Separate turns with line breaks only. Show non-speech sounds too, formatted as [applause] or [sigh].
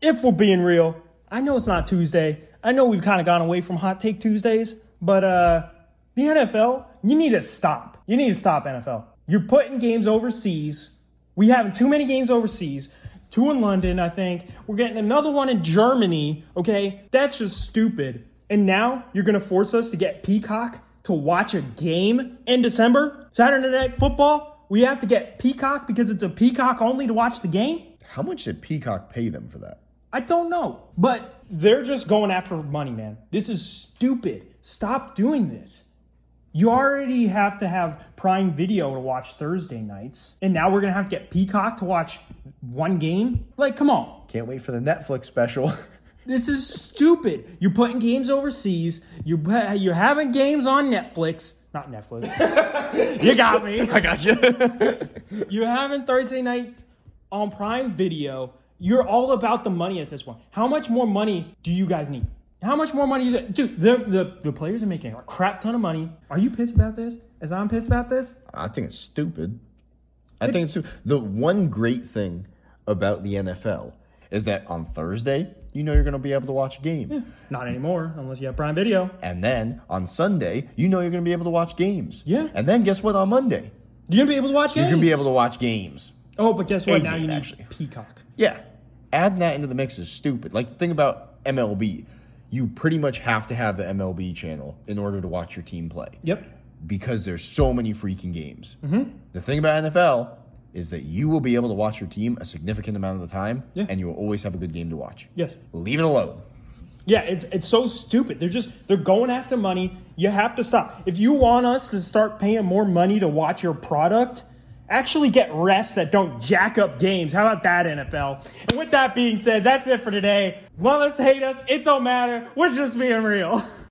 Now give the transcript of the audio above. if we're being real, I know it's not Tuesday. I know we've kind of gone away from hot take Tuesdays, but uh, the NFL, you need to stop. You need to stop NFL. You're putting games overseas. We having too many games overseas. Two in London, I think. We're getting another one in Germany. Okay, that's just stupid. And now you're gonna force us to get Peacock to watch a game in December, Saturday Night Football. We have to get Peacock because it's a Peacock only to watch the game.
How much did Peacock pay them for that?
I don't know. But they're just going after money, man. This is stupid. Stop doing this. You already have to have Prime Video to watch Thursday nights, and now we're going to have to get Peacock to watch one game? Like, come on.
Can't wait for the Netflix special.
This is stupid. You're putting games overseas. You you're having games on Netflix. Not Netflix. [laughs] [laughs] you got me.
I got
[laughs]
you.
You're having Thursday night on Prime Video. You're all about the money at this point. How much more money do you guys need? How much more money? Do dude, the, the, the players are making a crap ton of money. Are you pissed about this? As I'm pissed about this?
I think it's stupid. I think it's stu- the one great thing about the NFL is that on Thursday you know you're going to be able to watch a game,
Not anymore, unless you have Prime Video.
and then on Sunday you know you're going to be able to watch games.
Yeah.
And then guess what? On Monday
You're going to be able to watch games.
you're going to be able to watch games.
Oh, but guess what?
A
now
game,
you need
actually.
Peacock.
Yeah. Adding that into the mix is stupid. Like the thing about MLB, you pretty much have to have the MLB channel in order to watch your team play
Yep. Mm-hmm.
because there's so many freaking games. The thing about NFL is that you will be able to watch your team a significant amount of the time,
Yeah.
and you will always have a good game to watch.
Yes.
Leave it alone.
Yeah, it's it's so stupid. They're just they're going after money. You have to stop. If you want us to start paying more money to watch your product, actually get refs that don't jack up games. How about that, NFL? And with that being said, that's it for today. Love us, hate us, it don't matter. We're just being real. [laughs]